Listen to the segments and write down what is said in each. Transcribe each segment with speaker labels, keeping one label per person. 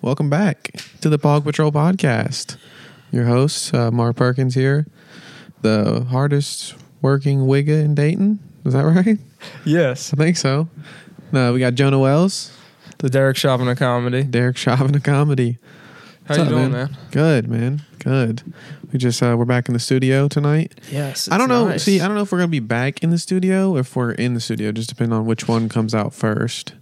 Speaker 1: Welcome back to the Pog Patrol podcast. Your host, uh, Mark Perkins here, the hardest working Wigga in Dayton. Is that right?
Speaker 2: Yes.
Speaker 1: I think so. No, we got Jonah Wells,
Speaker 2: The Derek Chauvin of comedy.
Speaker 1: Derek Chauvin of comedy.
Speaker 2: How
Speaker 1: What's
Speaker 2: you
Speaker 1: up,
Speaker 2: doing, man?
Speaker 1: Good, man. Good. We just uh, we're back in the studio tonight.
Speaker 2: Yes.
Speaker 1: I don't know. See, I don't know if we're gonna be back in the studio or if we're in the studio. Just depend on which one comes out first.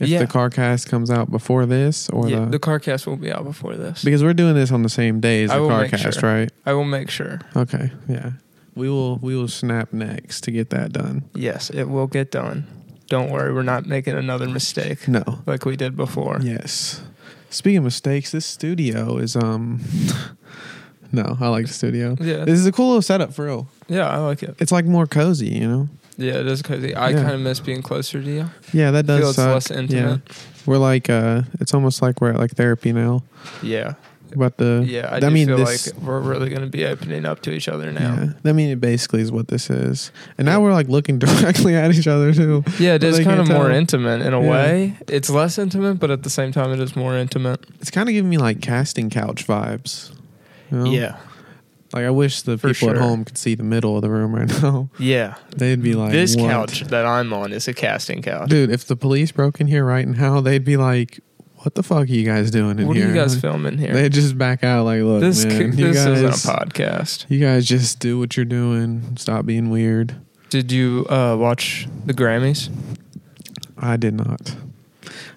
Speaker 1: If
Speaker 2: Yeah.
Speaker 1: the car cast comes out before this or
Speaker 2: yeah,
Speaker 1: the,
Speaker 2: the car cast will be out before this.
Speaker 1: because we're doing this on the same day as
Speaker 2: I
Speaker 1: the
Speaker 2: will
Speaker 1: car
Speaker 2: make
Speaker 1: cast,
Speaker 2: sure.
Speaker 1: right?
Speaker 2: I will make sure.
Speaker 1: Okay. Yeah. We will we will snap next to get that done.
Speaker 2: Yes, it will get done. Don't worry, we're not making another mistake
Speaker 1: No.
Speaker 2: like we did before.
Speaker 1: Yes. Speaking of mistakes, this studio is um No, I like the studio.
Speaker 2: Yeah.
Speaker 1: This is a cool little setup for real.
Speaker 2: Yeah, I like it.
Speaker 1: It's like more cozy, you know?
Speaker 2: Yeah, it is cozy. I
Speaker 1: Yeah.
Speaker 2: kind of miss being closer to you.
Speaker 1: Yeah, that does
Speaker 2: Feels
Speaker 1: suck.
Speaker 2: less intimate.
Speaker 1: Yeah. We're like uh it's almost like we're at like therapy now.
Speaker 2: Yeah,
Speaker 1: About the
Speaker 2: yeah. I,
Speaker 1: I
Speaker 2: do
Speaker 1: mean,
Speaker 2: feel
Speaker 1: this-
Speaker 2: like we're really going to be opening up to each other now.
Speaker 1: I mean, it basically is what this is, and now we're like looking directly at each other too. uh,
Speaker 2: Yeah, it
Speaker 1: Well,
Speaker 2: is
Speaker 1: they
Speaker 2: kind of
Speaker 1: can't
Speaker 2: more
Speaker 1: tell.
Speaker 2: intimate in a
Speaker 1: Yeah.
Speaker 2: way. It's less intimate, but at the same time, it is more intimate.
Speaker 1: It's kind of giving me like casting couch vibes. you know? like I wish the
Speaker 2: For
Speaker 1: people at
Speaker 2: sure.
Speaker 1: home could see the middle of the room right now.
Speaker 2: yeah.
Speaker 1: They'd be like,
Speaker 2: this
Speaker 1: "What?"
Speaker 2: couch that I'm on is a casting couch.
Speaker 1: dude." If the police broke in here right now, they'd be like, "What the fuck are you guys doing in
Speaker 2: what
Speaker 1: here?"
Speaker 2: are you guys filming here?
Speaker 1: They'd just back out like, "Look,
Speaker 2: this
Speaker 1: man, you
Speaker 2: this
Speaker 1: guys,
Speaker 2: isn't a podcast.
Speaker 1: you guys just do what you're doing. Stop being weird."
Speaker 2: Did you uh, watch the Grammys?
Speaker 1: I did not.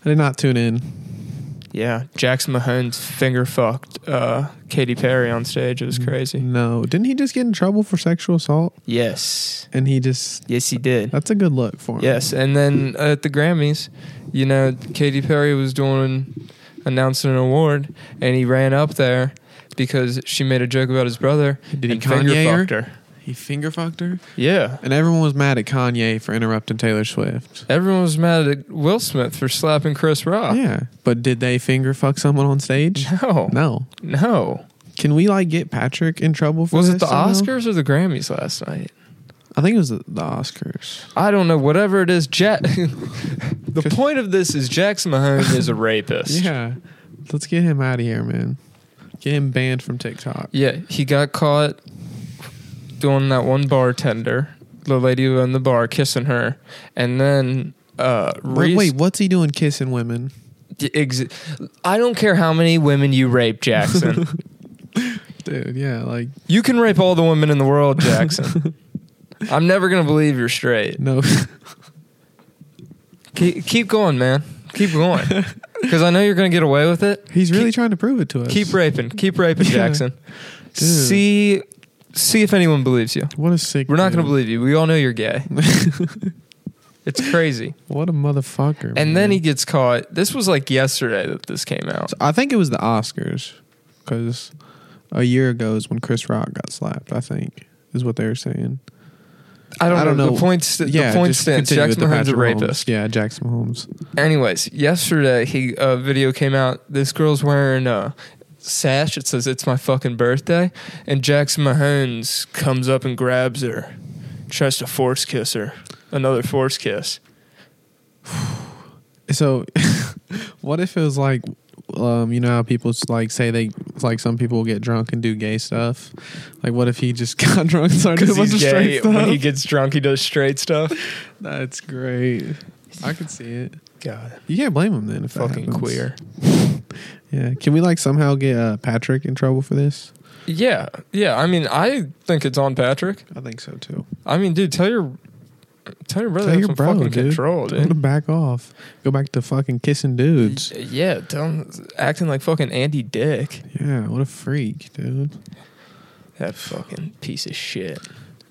Speaker 1: I did not tune in.
Speaker 2: Yeah, Jackson Mahone's finger fucked uh, Katy Perry on stage. It was crazy.
Speaker 1: No, didn't he just get in trouble for sexual assault?
Speaker 2: Yes,
Speaker 1: And he just
Speaker 2: yes, he did.
Speaker 1: That's a good look for him.
Speaker 2: Yes, and then at the Grammys, you know, Katy Perry was doing announcing an award, and he ran up there because she made a joke about his brother.
Speaker 1: Did he
Speaker 2: and finger
Speaker 1: Kanye her?
Speaker 2: fucked her?
Speaker 1: He finger fucked her.
Speaker 2: Yeah.
Speaker 1: And everyone was mad at Kanye for interrupting Taylor Swift.
Speaker 2: Everyone was mad at Will Smith for slapping Chris Rock.
Speaker 1: Yeah. But did they finger fuck someone on stage?
Speaker 2: No,
Speaker 1: No.
Speaker 2: no.
Speaker 1: Can we like get Patrick in trouble for
Speaker 2: Was it
Speaker 1: this
Speaker 2: the
Speaker 1: somehow?
Speaker 2: Oscars or the Grammys last night?
Speaker 1: I think it was the, the Oscars.
Speaker 2: I don't know. Whatever it is, Jack. the point of this is Jackson Mahone is a rapist.
Speaker 1: Yeah. Let's get him out of here, man. Get him banned from TikTok.
Speaker 2: Yeah, he got caught doing that one bartender, the lady who owned the bar, kissing her, and then uh,
Speaker 1: Wait,
Speaker 2: Reese-
Speaker 1: wait, what's he doing kissing women?
Speaker 2: ex- I don't care how many women you rape, Jackson.
Speaker 1: Dude, yeah, like
Speaker 2: you can rape all the women in the world, Jackson. I'm never gonna believe you're straight.
Speaker 1: no
Speaker 2: Keep, keep going, man. Keep going, because I know you're gonna get away with it.
Speaker 1: He's really trying to prove it to us.
Speaker 2: Keep raping. Keep raping,
Speaker 1: Yeah.
Speaker 2: Jackson.
Speaker 1: Dude.
Speaker 2: See, see if anyone believes you.
Speaker 1: What a sick
Speaker 2: We're not going to
Speaker 1: dude.
Speaker 2: believe you. We all know you're gay. it's crazy.
Speaker 1: What a motherfucker.
Speaker 2: And
Speaker 1: man.
Speaker 2: then he gets caught. This was like yesterday that this came out.
Speaker 1: So I think it was the Oscars because a year ago is when Chris Rock got slapped. I think is what they were saying.
Speaker 2: I don't,
Speaker 1: I don't
Speaker 2: know.
Speaker 1: know.
Speaker 2: The point, st- the point
Speaker 1: just
Speaker 2: stands.
Speaker 1: continue with
Speaker 2: Jackson
Speaker 1: the
Speaker 2: Mahomes a
Speaker 1: Patrick Mahomes.
Speaker 2: rapist.
Speaker 1: Yeah, Jackson Mahomes.
Speaker 2: Anyways, yesterday he a video came out. This girl's wearing a sash. It says it's my fucking birthday, and Jackson Mahomes comes up and grabs her, tries to force kiss her. Another force kiss.
Speaker 1: So, what if it was like, um, you know how people s- like say they like some people get drunk and do gay stuff. Like, what if he just got drunk and started doing a bunch
Speaker 2: Because he's
Speaker 1: of straight
Speaker 2: gay. When
Speaker 1: stuff?
Speaker 2: he gets drunk, he does straight stuff.
Speaker 1: That's great. I could see it.
Speaker 2: God,
Speaker 1: You can't blame him then if that
Speaker 2: fucking
Speaker 1: happens.
Speaker 2: queer.
Speaker 1: Yeah. Can we like somehow get uh, Patrick in trouble for this?
Speaker 2: Yeah, yeah. I mean, I think it's on Patrick.
Speaker 1: I think so too.
Speaker 2: I mean, dude, tell your tell your brother
Speaker 1: Tell
Speaker 2: have
Speaker 1: your
Speaker 2: some
Speaker 1: bro,
Speaker 2: fucking
Speaker 1: dude.
Speaker 2: control,
Speaker 1: Tell him to
Speaker 2: dude.
Speaker 1: back off. Go back to fucking kissing dudes.
Speaker 2: Yeah, tell him acting like fucking Andy Dick.
Speaker 1: Yeah, what a freak, dude.
Speaker 2: That fucking piece of shit.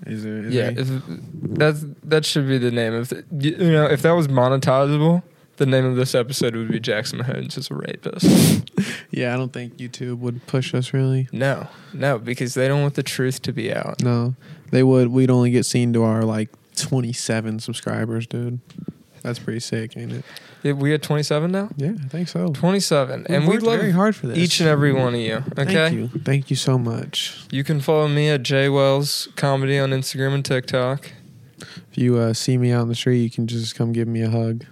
Speaker 1: Is there? Is
Speaker 2: Yeah,
Speaker 1: there-
Speaker 2: if, that's that should be the name of the, you you know if that was monetizable, the name of this episode would be Jackson Mahomes is a rapist.
Speaker 1: yeah. I don't think YouTube would push us really.
Speaker 2: no, no, because they don't want the truth to be out.
Speaker 1: No, they would. We'd only get seen to our like twenty-seven subscribers, dude. That's pretty sick, ain't it?
Speaker 2: Yeah, we at twenty seven now.
Speaker 1: Yeah, I think so.
Speaker 2: Twenty seven,
Speaker 1: We've
Speaker 2: and we
Speaker 1: worked very
Speaker 2: love
Speaker 1: hard for this.
Speaker 2: each and every one of you. Okay.
Speaker 1: Thank you. Thank you so much.
Speaker 2: You can follow me at J Wells Comedy on Instagram and TikTok.
Speaker 1: If you uh, see me out in the street, you can just come give me a hug.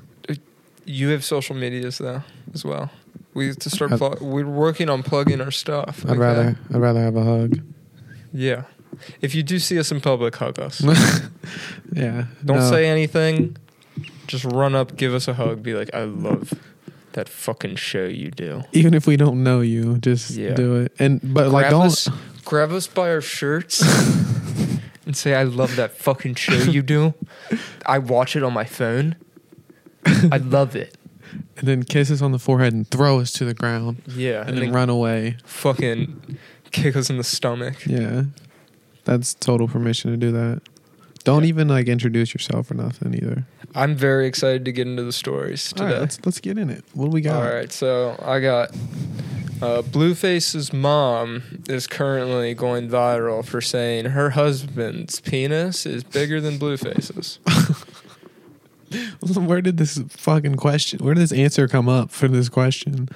Speaker 2: You have social medias though as well. We used to start.
Speaker 1: I'd-
Speaker 2: Plug- we're working on plugging our stuff.
Speaker 1: I'd
Speaker 2: okay?
Speaker 1: rather I'd rather have a hug.
Speaker 2: Yeah. If you do see us in public, hug us.
Speaker 1: yeah.
Speaker 2: Don't
Speaker 1: no.
Speaker 2: say anything. Just run up, give us a hug, be like, "I love that fucking show you do."
Speaker 1: even if we don't know you, just
Speaker 2: Yeah.
Speaker 1: do it. And but like
Speaker 2: grab
Speaker 1: don't
Speaker 2: us, grab us by our shirts and say, "I love that fucking show you do." I watch it on my phone. I love it.
Speaker 1: and then kiss us on the forehead and throw us to the ground
Speaker 2: Yeah,
Speaker 1: and, then, run away.
Speaker 2: fucking kick us in the stomach.
Speaker 1: Yeah. That's total permission to do that. Don't even like introduce yourself or nothing either.
Speaker 2: I'm very excited to get into the stories
Speaker 1: All right,
Speaker 2: today.
Speaker 1: let's let's get in it. What do we got?
Speaker 2: All right, so I got uh, Blueface's mom is currently going viral for saying her husband's penis is bigger than Blueface's.
Speaker 1: Oh, Where did this fucking question? Where did this answer come up for this question?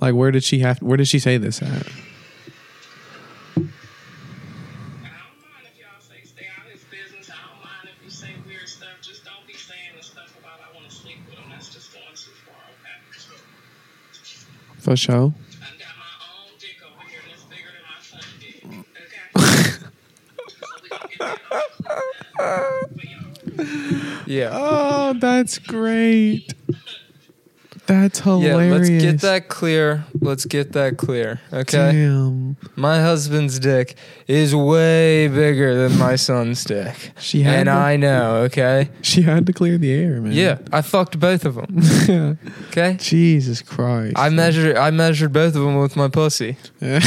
Speaker 1: Like, where did she have? Where did she say this at?
Speaker 3: I don't mind if y'all say stay out of his business. I don't mind if you say weird stuff. Just don't be saying the stuff about I want to sleep with him. That's just going too far, okay?
Speaker 1: For show.
Speaker 3: I got my own dick over here and it's bigger than my son's dick, okay? so we gonna get that all cleaned up. But y'all,
Speaker 2: Yeah.
Speaker 1: Oh, that's great. That's
Speaker 2: Yeah,
Speaker 1: hilarious.
Speaker 2: let's get that clear. Let's get that clear. Okay.
Speaker 1: Damn,
Speaker 2: My husband's dick is way bigger than my son's dick.
Speaker 1: She had
Speaker 2: and
Speaker 1: the-
Speaker 2: I know, okay?
Speaker 1: she had to clear the air, man.
Speaker 2: Yeah, I fucked both of them,
Speaker 1: Yeah.
Speaker 2: okay?
Speaker 1: Jesus Christ.
Speaker 2: I measured I measured both of them with my pussy.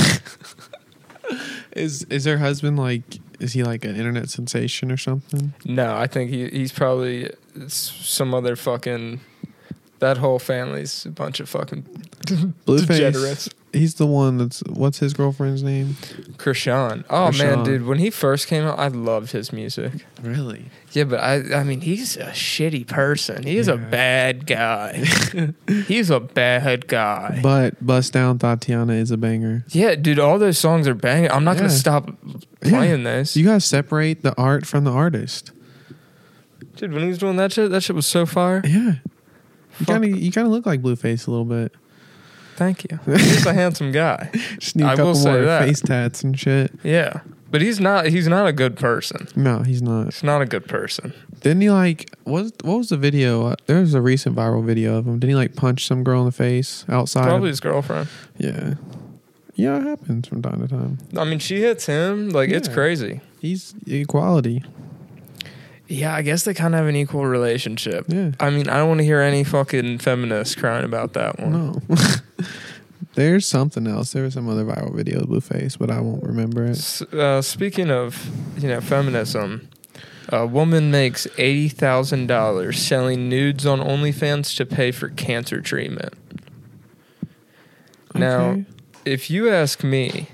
Speaker 1: is is her husband like? Is he like an internet sensation or something?
Speaker 2: No, I think he, he's probably s- some other fucking. That whole family's a bunch of fucking degenerates.
Speaker 1: He's the one that's. What's his girlfriend's name?
Speaker 2: Krishan. Oh man,
Speaker 1: Krishan.
Speaker 2: dude, when he first came out, I loved his music.
Speaker 1: Really?
Speaker 2: Yeah, but I I mean, he's a shitty person. He's a
Speaker 1: Yeah.
Speaker 2: bad guy. he's a bad guy.
Speaker 1: But Bust Down Tatiana is a banger.
Speaker 2: yeah, dude, all those songs are banging. I'm not gonna
Speaker 1: Yeah.
Speaker 2: stop playing those.
Speaker 1: You gotta separate the art from the artist.
Speaker 2: dude, when he was doing that shit, that shit was so fire.
Speaker 1: Yeah. You
Speaker 2: Fuck.
Speaker 1: kind of you kind of look like Blueface a little bit.
Speaker 2: Thank you. He's a handsome guy.
Speaker 1: Just need a
Speaker 2: I
Speaker 1: couple
Speaker 2: will say
Speaker 1: more
Speaker 2: that.
Speaker 1: face tats and shit.
Speaker 2: Yeah, but he's not. He's not a good person.
Speaker 1: No, he's not.
Speaker 2: He's not a good person.
Speaker 1: Didn't he like what? What was the video? Uh, There was a recent viral video of him. Didn't he like punch some girl in the face outside? of-
Speaker 2: Probably his girlfriend.
Speaker 1: yeah. Yeah, it happens from time to time.
Speaker 2: I mean, she hits him. Like, it's
Speaker 1: Yeah.
Speaker 2: crazy.
Speaker 1: He's equality.
Speaker 2: Yeah, I guess they kind of have an equal relationship.
Speaker 1: Yeah.
Speaker 2: I mean, I don't want to hear any fucking feminists crying about that one.
Speaker 1: No. There's something else. There was some other viral video of Blueface, but I won't remember it.
Speaker 2: S- uh, speaking of, you know, feminism, a woman makes $80,000 selling nudes on OnlyFans to pay for cancer treatment. Now,
Speaker 1: Okay.
Speaker 2: if you ask me,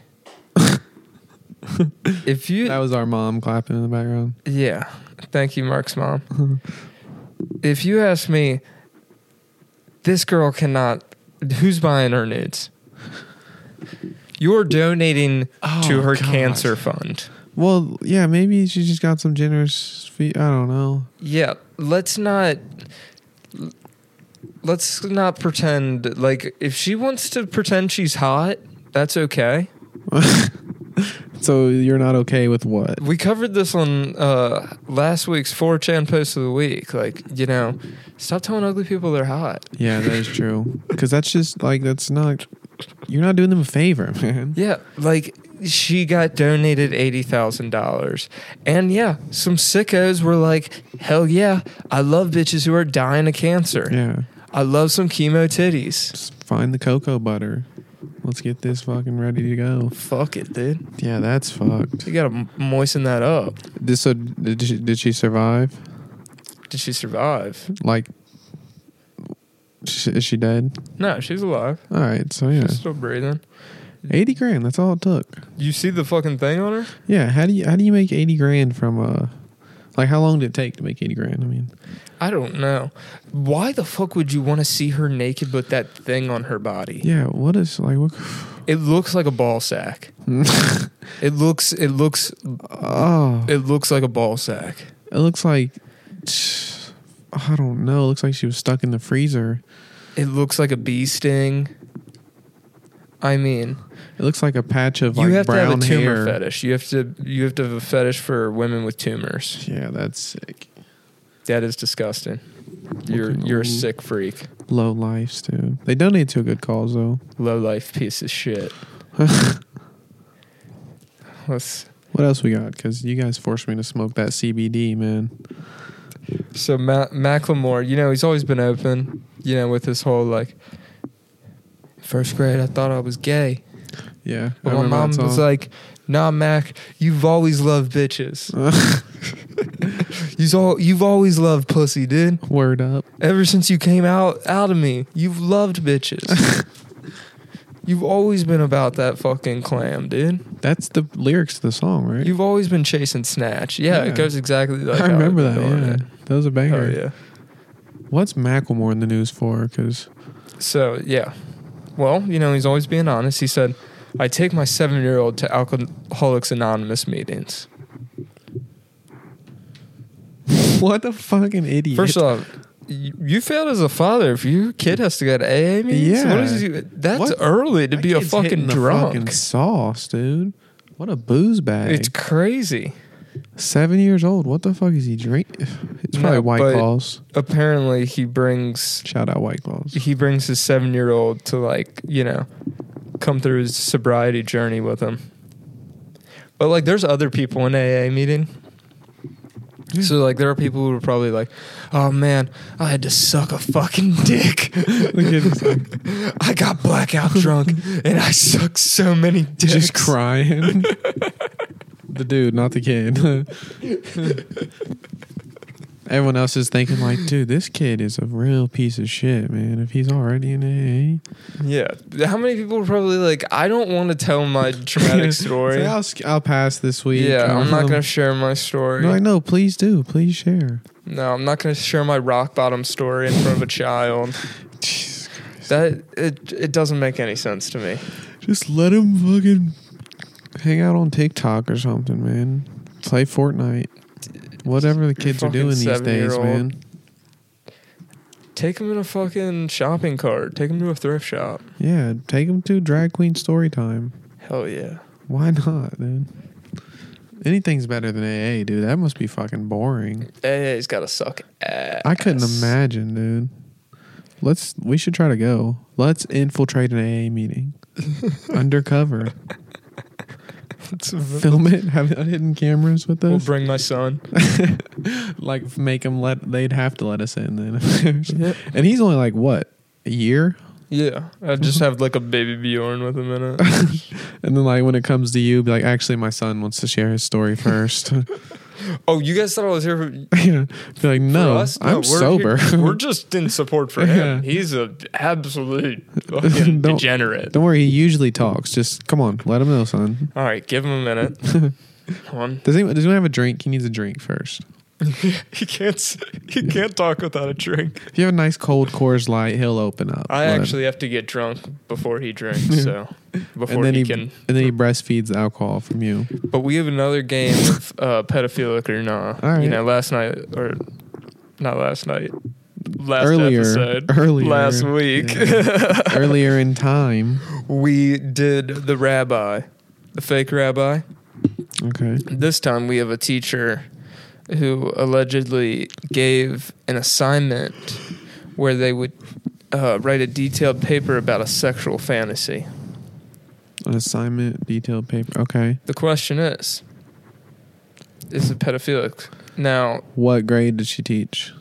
Speaker 2: if you.
Speaker 1: That was our mom clapping in the background.
Speaker 2: Yeah. Thank you, Mark's mom. if you ask me, this girl cannot. Who's buying her nudes? You're donating to
Speaker 1: Oh,
Speaker 2: her
Speaker 1: God.
Speaker 2: cancer fund.
Speaker 1: Well, yeah, maybe she just got some generous feet. I don't know.
Speaker 2: Yeah. Let's not. Let's not pretend like if she wants to pretend she's hot, that's okay.
Speaker 1: So you're not okay with what?
Speaker 2: we covered this on uh, last week's 4chan post of the week. Like, you know, stop telling ugly people they're hot.
Speaker 1: Yeah, that is true. Because that's just like that's not. You're not doing them a favor, man.
Speaker 2: Yeah, like she got donated eighty thousand dollars, and yeah, some sickos were like, "Hell yeah, I love bitches who are dying of cancer.
Speaker 1: Yeah.
Speaker 2: I love some chemo titties.
Speaker 1: Just find the cocoa butter. Let's get this fucking ready to go.
Speaker 2: Fuck it, dude.
Speaker 1: Yeah, that's fucked.
Speaker 2: You gotta m- moisten that up.
Speaker 1: This so did she, did she survive?
Speaker 2: Did she survive?
Speaker 1: Like, sh- is she dead?
Speaker 2: No, she's alive.
Speaker 1: All right, so yeah,
Speaker 2: She's still breathing.
Speaker 1: eighty grand. That's all it took.
Speaker 2: You see the fucking thing on her?
Speaker 1: Yeah, how do you how do you make eighty grand from uh, like how long did it take to make eighty grand? I mean,
Speaker 2: I don't know. Why the fuck would you want to see her naked but that thing on her body?
Speaker 1: yeah, what is like what?
Speaker 2: It looks like a ball sack. It looks it looks
Speaker 1: oh,
Speaker 2: it looks like a ball sack.
Speaker 1: it looks like I don't know. It looks like she was stuck in the freezer.
Speaker 2: It looks like a bee sting. I mean,
Speaker 1: It looks like a patch of like
Speaker 2: you have to have a
Speaker 1: brown
Speaker 2: tumor
Speaker 1: hair.
Speaker 2: fetish. You have to you have to have a fetish for women with tumors.
Speaker 1: Yeah, that's sick.
Speaker 2: That is disgusting. You're
Speaker 1: Looking
Speaker 2: you're a
Speaker 1: old.
Speaker 2: sick freak.
Speaker 1: Low lives, dude. They donate to a good cause though.
Speaker 2: Low life piece of shit. Let's
Speaker 1: What else we got? Because you guys forced me to smoke that CBD, man.
Speaker 2: So Ma- Macklemore, you know, he's always been open, you know, with his whole like first grade. I thought I was gay,
Speaker 1: Yeah,
Speaker 2: but my mom was like, "Nah, Mac, you've always loved bitches.
Speaker 1: like,
Speaker 2: You've all you've always loved pussy, dude.
Speaker 1: "Word up."
Speaker 2: Ever since you came out out of me, you've loved bitches. you've always been about that fucking clam, dude.
Speaker 1: That's the lyrics to the song, right?
Speaker 2: You've always been chasing snatch. Yeah,
Speaker 1: Yeah.
Speaker 2: it goes exactly like
Speaker 1: I
Speaker 2: how I've
Speaker 1: remember
Speaker 2: been
Speaker 1: that.
Speaker 2: doing
Speaker 1: Yeah,
Speaker 2: it.
Speaker 1: that was a banger.
Speaker 2: Oh yeah.
Speaker 1: What's Macklemore in the news for? Because
Speaker 2: So yeah, well, you know, he's always being honest. He said, "I take my seven-year-old to Alcoholics Anonymous meetings."
Speaker 1: what a fucking idiot!
Speaker 2: First off, you, you failed as a father if your kid has to go to AA meetings.
Speaker 1: Yeah.
Speaker 2: E. what is he, that's
Speaker 1: What?
Speaker 2: early to
Speaker 1: That
Speaker 2: be a
Speaker 1: kid's
Speaker 2: fucking
Speaker 1: hitting the
Speaker 2: drunk.
Speaker 1: fucking sauce, dude. What a booze bag!
Speaker 2: it's crazy.
Speaker 1: Seven years old. What the fuck is he drink? It's
Speaker 2: No,
Speaker 1: probably White
Speaker 2: but-
Speaker 1: Claws.
Speaker 2: Apparently, he brings
Speaker 1: Shout out White Claws.
Speaker 2: he brings his seven-year-old to like you know come through his sobriety journey with him. But like, there's other people in AA meeting. So like there are people who are probably like, oh man, I had to suck a fucking dick.
Speaker 1: kid was
Speaker 2: I got blackout drunk and I sucked so many dicks.
Speaker 1: Just crying. the dude, not the kid. Everyone else is thinking like, dude, this kid is a real piece of shit, man. If he's already in AA,
Speaker 2: Yeah. How many people are probably like, I don't want to tell my traumatic story.
Speaker 1: Say, I'll, sk- I'll pass this week.
Speaker 2: yeah, I'm not
Speaker 1: Um,
Speaker 2: gonna share my story.
Speaker 1: No, I know. Please do. Please share.
Speaker 2: No, I'm not going to share my rock bottom story in front of a child. That it it doesn't make any sense to me.
Speaker 1: Just let him fucking hang out on TikTok or something, man. Play Fortnite. Whatever the kids are
Speaker 2: fucking
Speaker 1: doing these days,
Speaker 2: seven-year-old.
Speaker 1: man.
Speaker 2: Take him in a fucking shopping cart. Take him to a thrift shop.
Speaker 1: Yeah, take them to drag queen story time.
Speaker 2: Hell yeah.
Speaker 1: Why not, dude? Anything's better than AA, dude. That must be fucking boring.
Speaker 2: AA's got to suck ass.
Speaker 1: I couldn't imagine, dude. Let's we should try to go. Let's infiltrate an AA meeting. Undercover. Film it, have hidden cameras with
Speaker 2: We'll
Speaker 1: us.
Speaker 2: bring my son.
Speaker 1: like make them let they'd have to let us in then.
Speaker 2: Yep.
Speaker 1: And he's only like what a year,
Speaker 2: Yeah, I just have like a baby Bjorn with him in it.
Speaker 1: and then like when it comes to you, be like actually my son wants to share his story first.
Speaker 2: Oh, you guys thought I was here for, for
Speaker 1: yeah, be like no,
Speaker 2: us?
Speaker 1: I'm
Speaker 2: we're
Speaker 1: sober.
Speaker 2: here- we're just in support for him.
Speaker 1: Yeah.
Speaker 2: He's a absolute fucking
Speaker 1: Don't-
Speaker 2: degenerate.
Speaker 1: Don't worry, he usually talks. Just come on, let him know, son.
Speaker 2: All right, give him a minute. One.
Speaker 1: Does anyone does anyone have a drink? He needs a drink first.
Speaker 2: he can't. s- He can't talk without a drink.
Speaker 1: If you have a nice cold Coors Light, he'll open up.
Speaker 2: I
Speaker 1: Let him-
Speaker 2: actually have to get drunk before he drinks. So before
Speaker 1: and then
Speaker 2: he,
Speaker 1: he,
Speaker 2: can.
Speaker 1: and then he breastfeeds alcohol from you.
Speaker 2: But we have another game of uh, pedophilic or not.
Speaker 1: All
Speaker 2: You
Speaker 1: right.
Speaker 2: know, last night or not last night. Last
Speaker 1: Earlier-
Speaker 2: episode,
Speaker 1: earlier,
Speaker 2: last week,
Speaker 1: Earlier in time,
Speaker 2: we did the rabbi, the fake rabbi.
Speaker 1: okay,
Speaker 2: This time we have a teacher who allegedly gave an assignment where they would uh, write a detailed paper about a sexual fantasy.
Speaker 1: an assignment, detailed paper. Okay,
Speaker 2: The question is, is it pedophilic? Now,
Speaker 1: what grade did she teach?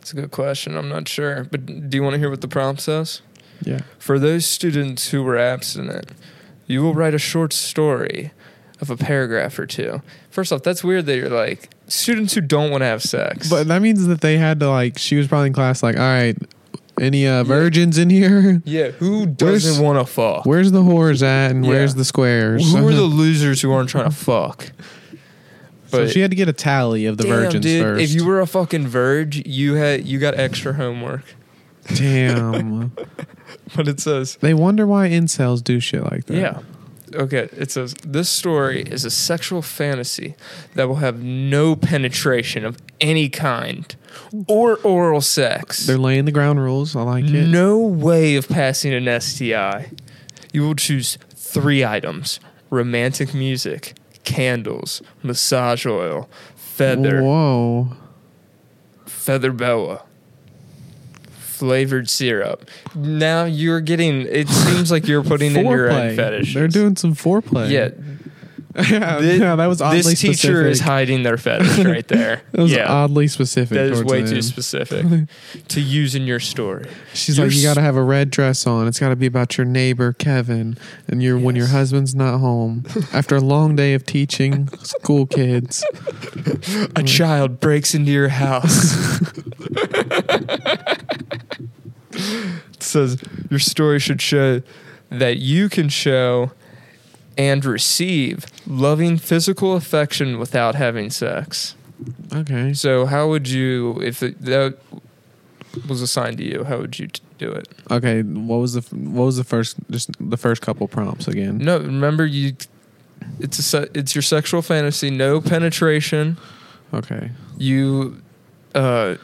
Speaker 2: it's a good question. I'm not sure. But do you want to hear what the prompt says?
Speaker 1: Yeah,
Speaker 2: For those students who were abstinent, you will write a short story of a paragraph or two. First off, that's weird that you're like, students who don't want to have sex.
Speaker 1: but that means that they had to like. She was probably in class, like, all right, any uh, virgins in here?
Speaker 2: yeah, who doesn't want to fuck?
Speaker 1: Where's the whores at, and
Speaker 2: Yeah.
Speaker 1: where's the squares?
Speaker 2: Who are the losers who aren't trying to fuck?
Speaker 1: so she had to get a tally of the
Speaker 2: Damn,
Speaker 1: virgins
Speaker 2: dude,
Speaker 1: first.
Speaker 2: If you were a fucking verge, you had you got extra homework.
Speaker 1: Damn.
Speaker 2: But it says,
Speaker 1: they wonder why incels do shit like that.
Speaker 2: yeah, okay, it says this story is a sexual fantasy that will have no penetration of any kind or oral sex.
Speaker 1: They're laying the ground rules. I like it.
Speaker 2: No way of passing an STI. You will choose three items romantic music, candles, massage oil, feather,
Speaker 1: Whoa.
Speaker 2: feather boa, flavored syrup. Now you're getting, it seems like you're putting in your own fetish.
Speaker 1: They're doing some foreplay.
Speaker 2: Yeah,
Speaker 1: yeah,
Speaker 2: thi-
Speaker 1: yeah, that was oddly
Speaker 2: this teacher
Speaker 1: specific.
Speaker 2: is hiding their fetish right there.
Speaker 1: That was
Speaker 2: yeah,
Speaker 1: oddly specific.
Speaker 2: that is
Speaker 1: towards
Speaker 2: way
Speaker 1: the
Speaker 2: too
Speaker 1: end.
Speaker 2: specific to use in your story.
Speaker 1: She's
Speaker 2: You're
Speaker 1: like, you
Speaker 2: s-
Speaker 1: got to have a red dress on. It's got to be about your neighbor Kevin, and your when your
Speaker 2: Yes.
Speaker 1: husband's not home after a long day of teaching school kids.
Speaker 2: A child breaks into your house. it says your story should show that you can show and receive loving physical affection without having sex.
Speaker 1: Okay,
Speaker 2: So, how would you, if it, that was assigned to you, how would you t- do it?
Speaker 1: okay. What was the f- what was the first just the first couple prompts again?
Speaker 2: No, remember you. It's a se- it's your sexual fantasy. No penetration.
Speaker 1: Okay,
Speaker 2: You uh,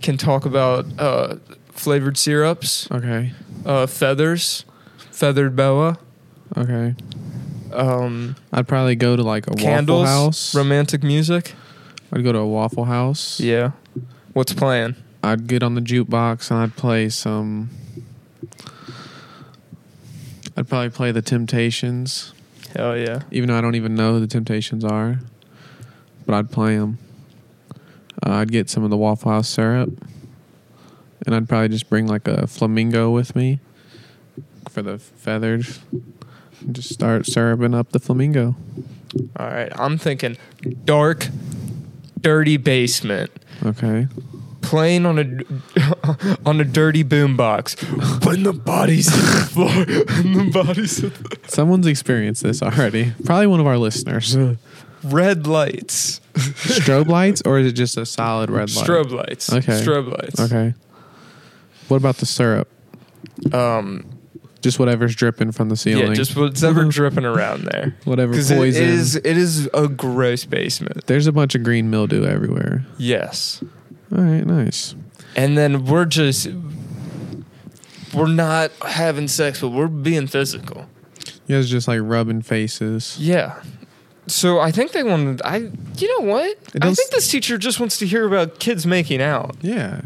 Speaker 2: can talk about uh, flavored syrups,
Speaker 1: okay,
Speaker 2: uh, feathers, feathered boa,
Speaker 1: okay.
Speaker 2: um,
Speaker 1: I'd probably go to like a
Speaker 2: candles,
Speaker 1: waffle house.
Speaker 2: romantic music.
Speaker 1: I'd go to a waffle house.
Speaker 2: Yeah. What's playing?
Speaker 1: I'd get on the jukebox and I'd play some. I'd probably play the Temptations,
Speaker 2: Hell yeah.
Speaker 1: even though I don't even know who the Temptations are, but I'd play them. Uh, I'd get some of the Waffle House syrup, and I'd probably just bring like a flamingo with me for the feathers. And just start syruping up the flamingo.
Speaker 2: All right. I'm thinking dark, dirty basement.
Speaker 1: Okay.
Speaker 2: playing on a on a dirty boombox. When the bodies hit the floor, when the bodies hit the
Speaker 1: Someone's experienced this already. Probably one of our listeners.
Speaker 2: red lights,
Speaker 1: Strobe lights, or is it just a solid red light?
Speaker 2: strobe lights,
Speaker 1: Okay.
Speaker 2: strobe lights.
Speaker 1: Okay. What about the syrup?
Speaker 2: Um,
Speaker 1: Just whatever's dripping from the ceiling.
Speaker 2: yeah, just whatever dripping around there.
Speaker 1: whatever
Speaker 2: Because it
Speaker 1: poison.
Speaker 2: is it is a gross basement.
Speaker 1: There's a bunch of green mildew everywhere.
Speaker 2: Yes,
Speaker 1: All right, nice.
Speaker 2: and then we're just we're not having sex, but we're being physical.
Speaker 1: You guys just like rubbing faces.
Speaker 2: Yeah. So I think they wanted. I you know what?
Speaker 1: It
Speaker 2: I
Speaker 1: does-
Speaker 2: think this teacher just wants to hear about kids making out.
Speaker 1: Yeah.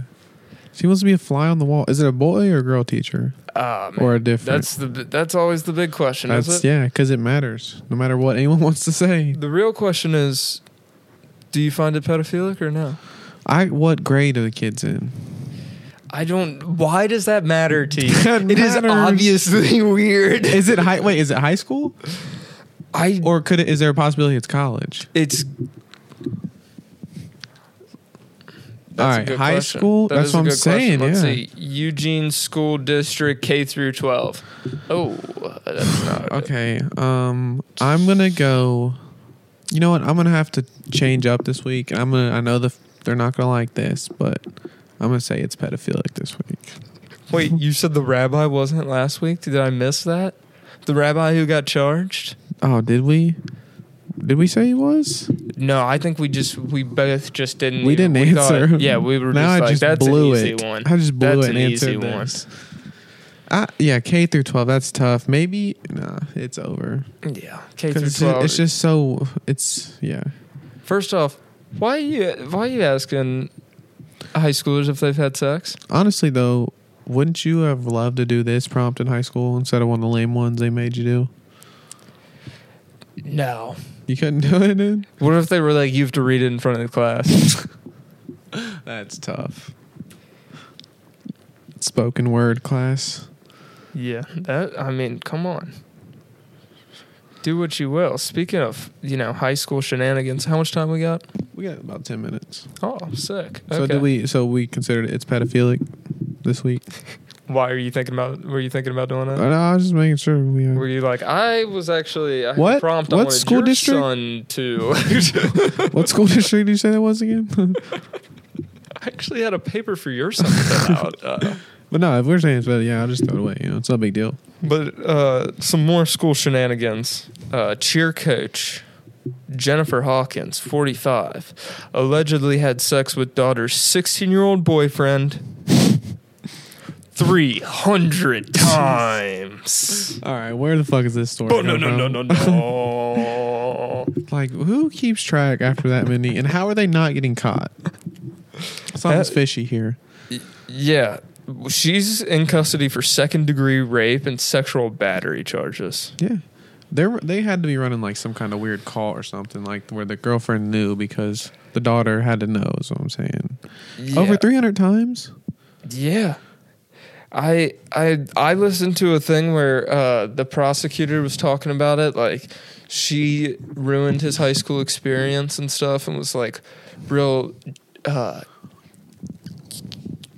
Speaker 1: She wants to be a fly on the wall. Is it a boy or a girl teacher?
Speaker 2: Ah, man.
Speaker 1: Or a different?
Speaker 2: That's the that's always the big question,
Speaker 1: That's
Speaker 2: is it?
Speaker 1: yeah, because it matters. No matter what anyone wants to say.
Speaker 2: The real question is, do you find it pedophilic or no?
Speaker 1: I what grade are the kids in?
Speaker 2: I don't. Why does that matter to you?
Speaker 1: That
Speaker 2: it is
Speaker 1: matters.
Speaker 2: obviously weird.
Speaker 1: Is it high? Wait, is it high school?
Speaker 2: I.
Speaker 1: Or could it? Is there a possibility it's college?
Speaker 2: It's. That's
Speaker 1: All
Speaker 2: a
Speaker 1: right,
Speaker 2: good
Speaker 1: high
Speaker 2: question.
Speaker 1: school?
Speaker 2: That
Speaker 1: That's
Speaker 2: is
Speaker 1: what
Speaker 2: a
Speaker 1: I'm
Speaker 2: good question.
Speaker 1: saying,
Speaker 2: Let's
Speaker 1: yeah.
Speaker 2: see. Eugene School District K through twelve. Oh, that's not okay.
Speaker 1: Okay. Um, I'm gonna go. You know what? I'm gonna have to change up this week. I'm gonna. I know the they're not gonna like this, but I'm gonna say it's pedophilic this week.
Speaker 2: Wait, you said the rabbi wasn't last week? Did I miss that? The rabbi who got charged?
Speaker 1: Oh, did we? Did we say he was?
Speaker 2: No, I think we just we both just didn't.
Speaker 1: We
Speaker 2: even-
Speaker 1: didn't answer.
Speaker 2: thought- yeah, Mm, we were
Speaker 1: Now
Speaker 2: just
Speaker 1: I
Speaker 2: like
Speaker 1: just
Speaker 2: that's
Speaker 1: blew
Speaker 2: an easy
Speaker 1: it.
Speaker 2: one.
Speaker 1: I just blew
Speaker 2: that's
Speaker 1: it
Speaker 2: an
Speaker 1: and
Speaker 2: easy
Speaker 1: answered
Speaker 2: one.
Speaker 1: this. I, yeah, K through twelve. That's tough. Maybe nah, it's over.
Speaker 2: Yeah, K
Speaker 1: 'Cause
Speaker 2: through
Speaker 1: it's,
Speaker 2: twelve.
Speaker 1: it's just so. It's yeah.
Speaker 2: first off, why are you why are you asking high schoolers if they've had sex?
Speaker 1: Honestly, though, wouldn't you have loved to do this prompt in high school instead of one of the lame ones they made you do?
Speaker 2: No.
Speaker 1: You couldn't do it, dude.
Speaker 2: What if they were like, you have to read it in front of the class?
Speaker 1: That's tough. Spoken word class.
Speaker 2: yeah, that I mean, come on. Do what you will. Speaking of, you know, high school shenanigans, how much time we got?
Speaker 1: We got about ten minutes.
Speaker 2: Oh, sick.
Speaker 1: So did we? So we considered it's pedophilic this week.
Speaker 2: Why are you thinking about? Were you thinking about doing
Speaker 1: Oh,
Speaker 2: that?
Speaker 1: no, I was just making sure we.
Speaker 2: Were
Speaker 1: Are.
Speaker 2: you like I was actually I had
Speaker 1: What?
Speaker 2: A prompt I
Speaker 1: What
Speaker 2: wanted
Speaker 1: school
Speaker 2: your
Speaker 1: district?
Speaker 2: Son to
Speaker 1: What school district did you say that was again?
Speaker 2: I actually had a paper for your son to fill out. Uh,
Speaker 1: But no, if we're saying it's better, yeah, I'll just throw it away. You know, it's no big deal.
Speaker 2: But uh, some more school shenanigans. Uh, cheer coach Jennifer Hawkins, 45, allegedly had sex with daughter's 16 year old boyfriend 300 times.
Speaker 1: All right, where the fuck is this story?
Speaker 2: oh, no,
Speaker 1: coming
Speaker 2: no,
Speaker 1: from?
Speaker 2: no, no, no.
Speaker 1: Like, who keeps track after that many? And how are they not getting caught? Something's
Speaker 2: That-
Speaker 1: fishy here.
Speaker 2: yeah. She's in custody for second degree rape and sexual battery charges.
Speaker 1: Yeah. They they had to be running like some kind of weird call or something like where the girlfriend knew because the daughter had to know. Is what I'm saying. Over
Speaker 2: Yeah.
Speaker 1: 300 times.
Speaker 2: Yeah. I I I listened to a thing where uh, the prosecutor was talking about it, like she ruined his high school experience and stuff, and was like real, uh,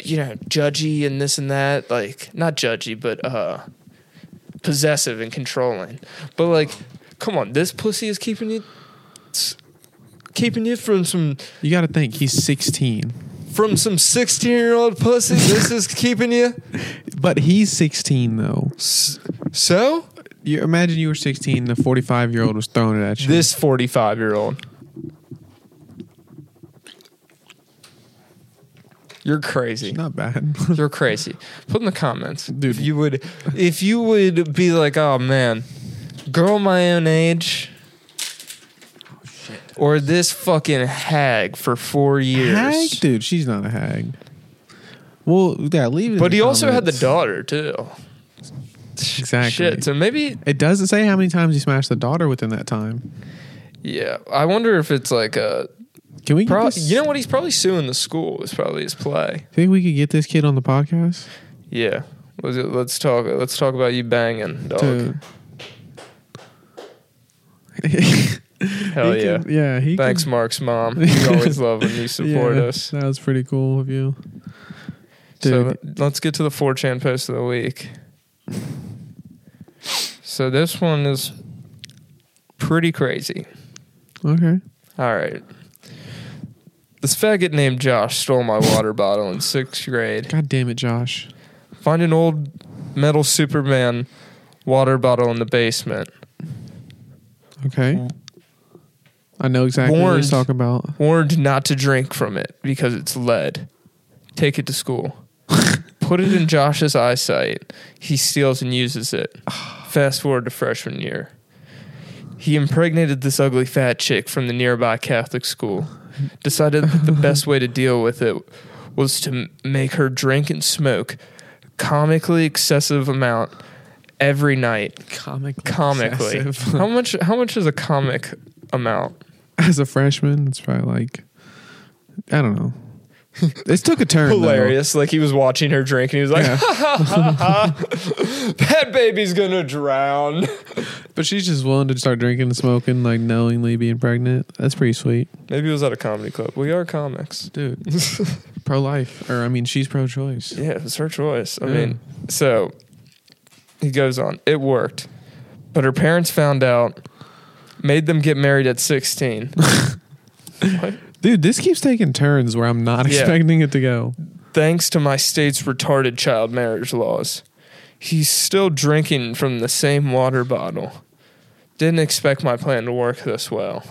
Speaker 2: you know, judgy and this and that, like not judgy, but uh, possessive and controlling. But like, come on, this pussy is keeping you, s- keeping you from some
Speaker 1: You got to think he's 16,
Speaker 2: from some sixteen year old pussy. This is keeping you.
Speaker 1: but he's 16 though.
Speaker 2: S- So
Speaker 1: You imagine you were 16, the 45 year old was throwing it at you.
Speaker 2: this forty-five-year-old, you're crazy.
Speaker 1: not bad.
Speaker 2: You're crazy. Put in the comments,
Speaker 1: Dude.
Speaker 2: If you would, if you would be like, oh man, girl my own age, or this fucking hag for four years.
Speaker 1: hag, dude, she's not a hag. Well, yeah, leave it. in
Speaker 2: But he also had the
Speaker 1: comments.
Speaker 2: daughter too.
Speaker 1: Exactly.
Speaker 2: Shit. So maybe,
Speaker 1: It doesn't say how many times he smashed the daughter within that time.
Speaker 2: yeah. I wonder if it's like a.
Speaker 1: Can we?
Speaker 2: Pro-
Speaker 1: get this,
Speaker 2: you know what? He's probably suing the school. Is probably his play.
Speaker 1: think we could get this kid on the podcast?
Speaker 2: Yeah. Let's, let's talk. Let's talk about you banging, dog.
Speaker 1: Dude.
Speaker 2: Hell
Speaker 1: He
Speaker 2: yeah.
Speaker 1: can- yeah, he
Speaker 2: Thanks,
Speaker 1: can,
Speaker 2: Mark's mom. You always love when you support
Speaker 1: Yeah,
Speaker 2: us.
Speaker 1: That was pretty cool of you.
Speaker 2: So
Speaker 1: Dude.
Speaker 2: let's get to the 4chan post of the week. So this one is pretty crazy.
Speaker 1: Okay.
Speaker 2: All right. This faggot named Josh stole my water bottle in sixth grade.
Speaker 1: God damn it, Josh.
Speaker 2: Find an old metal Superman water bottle in the basement.
Speaker 1: Okay. I know exactly what
Speaker 2: Warned.
Speaker 1: he's talking about.
Speaker 2: warned not to drink from it because it's lead. Take it to school. Put it in Josh's eyesight. He steals and uses it. Fast forward to freshman year. He impregnated this ugly fat chick from the nearby Catholic school. Decided that the best way to deal with it was to m- make her drink and smoke comically excessive amount every night.
Speaker 1: Comically.
Speaker 2: Comically. How much how much is a comic amount?
Speaker 1: As a freshman, it's probably like, I don't know. This took a turn. though.
Speaker 2: hilarious. Like he was watching her drink and he was like,
Speaker 1: Yeah.
Speaker 2: that baby's gonna drown.
Speaker 1: But she's just willing to start drinking and smoking, like knowingly being pregnant. That's pretty sweet.
Speaker 2: Maybe it was at a comedy club. We are comics.
Speaker 1: Dude. pro life. Or, I mean, she's pro choice.
Speaker 2: Yeah, it's her choice. I
Speaker 1: Yeah.
Speaker 2: mean, so he goes on. It worked. But her parents found out, made them get married at 16. What?
Speaker 1: Dude, this keeps taking turns where I'm not
Speaker 2: Yeah.
Speaker 1: expecting it to go.
Speaker 2: Thanks to my state's retarded child marriage laws. He's still drinking from the same water bottle. Didn't expect my plan to work this well.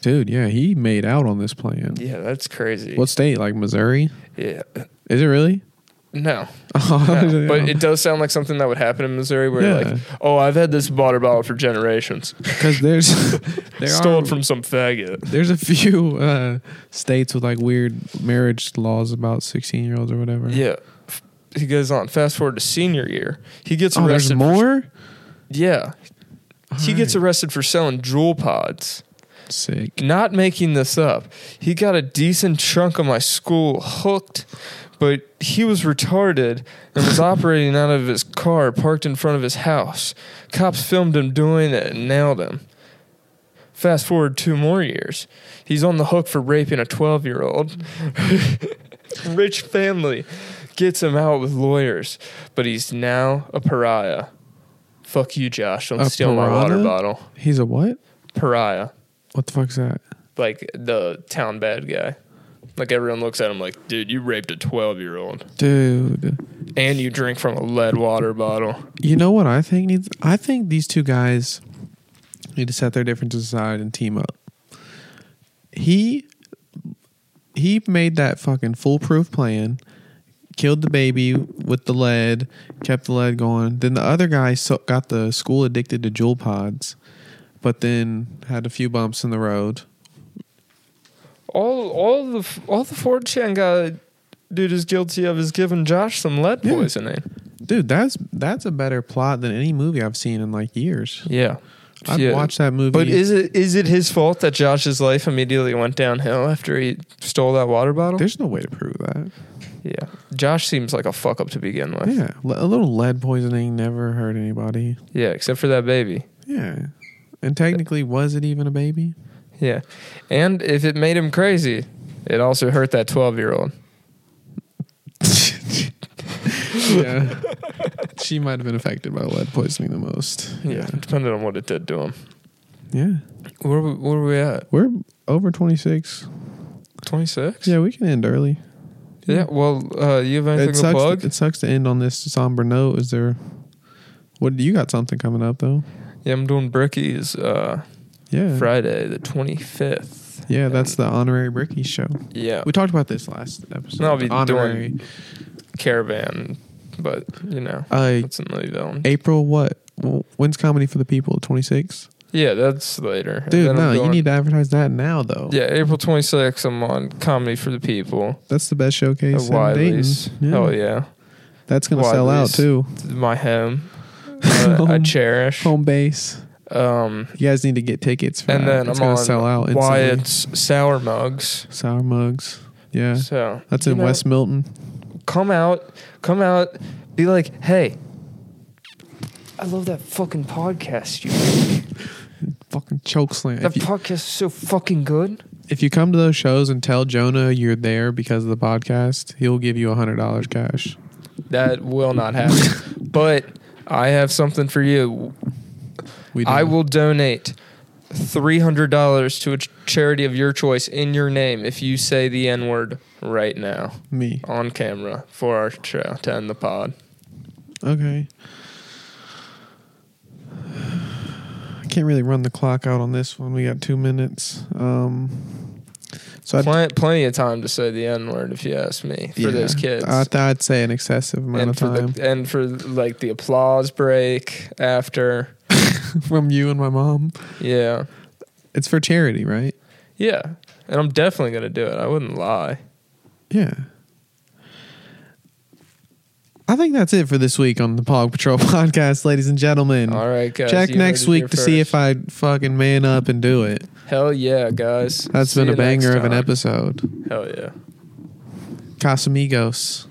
Speaker 1: Dude, yeah, he made out on this plan.
Speaker 2: Yeah, that's crazy.
Speaker 1: What state? Like Missouri?
Speaker 2: Yeah.
Speaker 1: Is it really?
Speaker 2: No,
Speaker 1: Oh,
Speaker 2: no.
Speaker 1: yeah.
Speaker 2: but it does sound like something that would happen in Missouri, where you're
Speaker 1: Yeah.
Speaker 2: like, "Oh, I've had this water bottle for generations,
Speaker 1: because there's there
Speaker 2: stole
Speaker 1: are,
Speaker 2: it from some faggot."
Speaker 1: there's a few uh, states with like weird marriage laws about 16 year olds or whatever.
Speaker 2: Yeah, F- he goes on. Fast forward to senior year, he gets
Speaker 1: Oh, there's
Speaker 2: arrested. for-
Speaker 1: more.
Speaker 2: yeah, he gets
Speaker 1: Alright.
Speaker 2: arrested for selling jewel pods.
Speaker 1: sick.
Speaker 2: Not making this up. He got a decent chunk of my school hooked, but he was retarded and was operating out of his car parked in front of his house. Cops filmed him doing it and nailed him. Fast forward two more years. He's on the hook for raping a 12 year old. Rich family gets him out with lawyers, but he's now a pariah. Fuck you, Josh. Don't
Speaker 1: A
Speaker 2: steal my water
Speaker 1: pariah?
Speaker 2: bottle.
Speaker 1: He's a what?
Speaker 2: Pariah
Speaker 1: What the fuck's that?
Speaker 2: like the town bad guy. Like everyone looks at him like, dude, you raped a twelve year old.
Speaker 1: Dude,
Speaker 2: and you drink from a lead water bottle.
Speaker 1: You know what I think needs? I think these two guys need to set their differences aside and team up. He he made that fucking foolproof plan, killed the baby with the lead, kept the lead going. Then the other guy so, got the school addicted to jewel pods, but then had a few bumps in the road.
Speaker 2: All all the f- all the Ford Chan guy dude is guilty of is giving Josh some lead
Speaker 1: Yeah.
Speaker 2: poisoning.
Speaker 1: Dude, that's that's a better plot than any movie I've seen in like years.
Speaker 2: Yeah.
Speaker 1: I've watched that movie.
Speaker 2: But is it is it his fault that Josh's life immediately went downhill after he stole that water bottle?
Speaker 1: there's no way to prove that.
Speaker 2: yeah. Josh seems like a fuck up to begin with.
Speaker 1: Yeah, le- a little lead poisoning never hurt anybody.
Speaker 2: Yeah, except for that baby.
Speaker 1: Yeah. And technically, was it even a baby?
Speaker 2: Yeah. And if it made him crazy, it also hurt that 12 year old.
Speaker 1: yeah. She might have been affected by lead poisoning the most.
Speaker 2: Yeah. Depending on what it did to him.
Speaker 1: Yeah.
Speaker 2: Where, we- where are we at?
Speaker 1: We're over 26.
Speaker 2: 26?
Speaker 1: Yeah, we can end early.
Speaker 2: Yeah. Well, uh, you have anything
Speaker 1: It
Speaker 2: to
Speaker 1: sucks,
Speaker 2: plug?
Speaker 1: it sucks to end on this somber note. Is there. What you got something coming up though?
Speaker 2: yeah, I'm doing Brickies uh,
Speaker 1: Yeah.
Speaker 2: Friday, the 25th.
Speaker 1: Yeah, that's the honorary Bricky show.
Speaker 2: Yeah.
Speaker 1: We talked about this last episode.
Speaker 2: No, I'll be doing-
Speaker 1: honorary.
Speaker 2: Caravan, but, you know,
Speaker 1: Uh,
Speaker 2: it's in Louisville.
Speaker 1: April what? When's comedy for the people? Twenty six.
Speaker 2: Yeah, that's later. And
Speaker 1: Dude,
Speaker 2: then I'm
Speaker 1: no, you
Speaker 2: going-
Speaker 1: need to advertise that now though.
Speaker 2: Yeah, April 26th, I'm on Comedy for the People.
Speaker 1: That's the best showcase in
Speaker 2: At
Speaker 1: Dayton.
Speaker 2: Wiley's. Oh, yeah.
Speaker 1: That's gonna
Speaker 2: Wiley's.
Speaker 1: sell out too.
Speaker 2: My home. Uh, I
Speaker 1: Home-
Speaker 2: cherish.
Speaker 1: Home base.
Speaker 2: Um,
Speaker 1: You guys need to get tickets for
Speaker 2: and
Speaker 1: that.
Speaker 2: then
Speaker 1: it's
Speaker 2: I'm
Speaker 1: gonna
Speaker 2: on
Speaker 1: sell out instantly.
Speaker 2: Wyatt's Sour Mugs.
Speaker 1: Sour mugs. Yeah.
Speaker 2: So
Speaker 1: That's
Speaker 2: you
Speaker 1: in
Speaker 2: know,
Speaker 1: West Milton.
Speaker 2: Come out, come out, be like, hey, I love that fucking podcast. You make.
Speaker 1: Fucking choke slam.
Speaker 2: that
Speaker 1: If you,
Speaker 2: podcast is so fucking good.
Speaker 1: if you come to those shows and tell Jonah you're there because of the podcast, he'll give you a hundred dollars cash.
Speaker 2: That will not happen. but I have something for you.
Speaker 1: We
Speaker 2: I
Speaker 1: do.
Speaker 2: will donate three hundred dollars to a ch- charity of your choice in your name if you say the N word right now
Speaker 1: me.
Speaker 2: on camera for our show to end the pod.
Speaker 1: Okay. I can't really run the clock out on this one. We got two minutes. Um, so I'd,
Speaker 2: Plen- plenty of time to say the N word if you ask me for
Speaker 1: yeah,
Speaker 2: those kids.
Speaker 1: I th- I'd say an excessive amount
Speaker 2: and
Speaker 1: of
Speaker 2: for
Speaker 1: time
Speaker 2: the and for like the applause break after,
Speaker 1: from you and my mom.
Speaker 2: yeah,
Speaker 1: It's for charity, right?
Speaker 2: yeah. And I'm definitely gonna do it. I wouldn't lie.
Speaker 1: Yeah. I think that's it for this week on the Pog Patrol podcast, ladies and gentlemen.
Speaker 2: All right, guys.
Speaker 1: Mm. Check
Speaker 2: you
Speaker 1: next
Speaker 2: heard it
Speaker 1: week to
Speaker 2: here
Speaker 1: see if
Speaker 2: first.
Speaker 1: I fucking man up and do it.
Speaker 2: Hell yeah, guys.
Speaker 1: That's
Speaker 2: See
Speaker 1: been a
Speaker 2: you next
Speaker 1: banger of an
Speaker 2: time.
Speaker 1: episode.
Speaker 2: Hell yeah.
Speaker 1: Casamigos.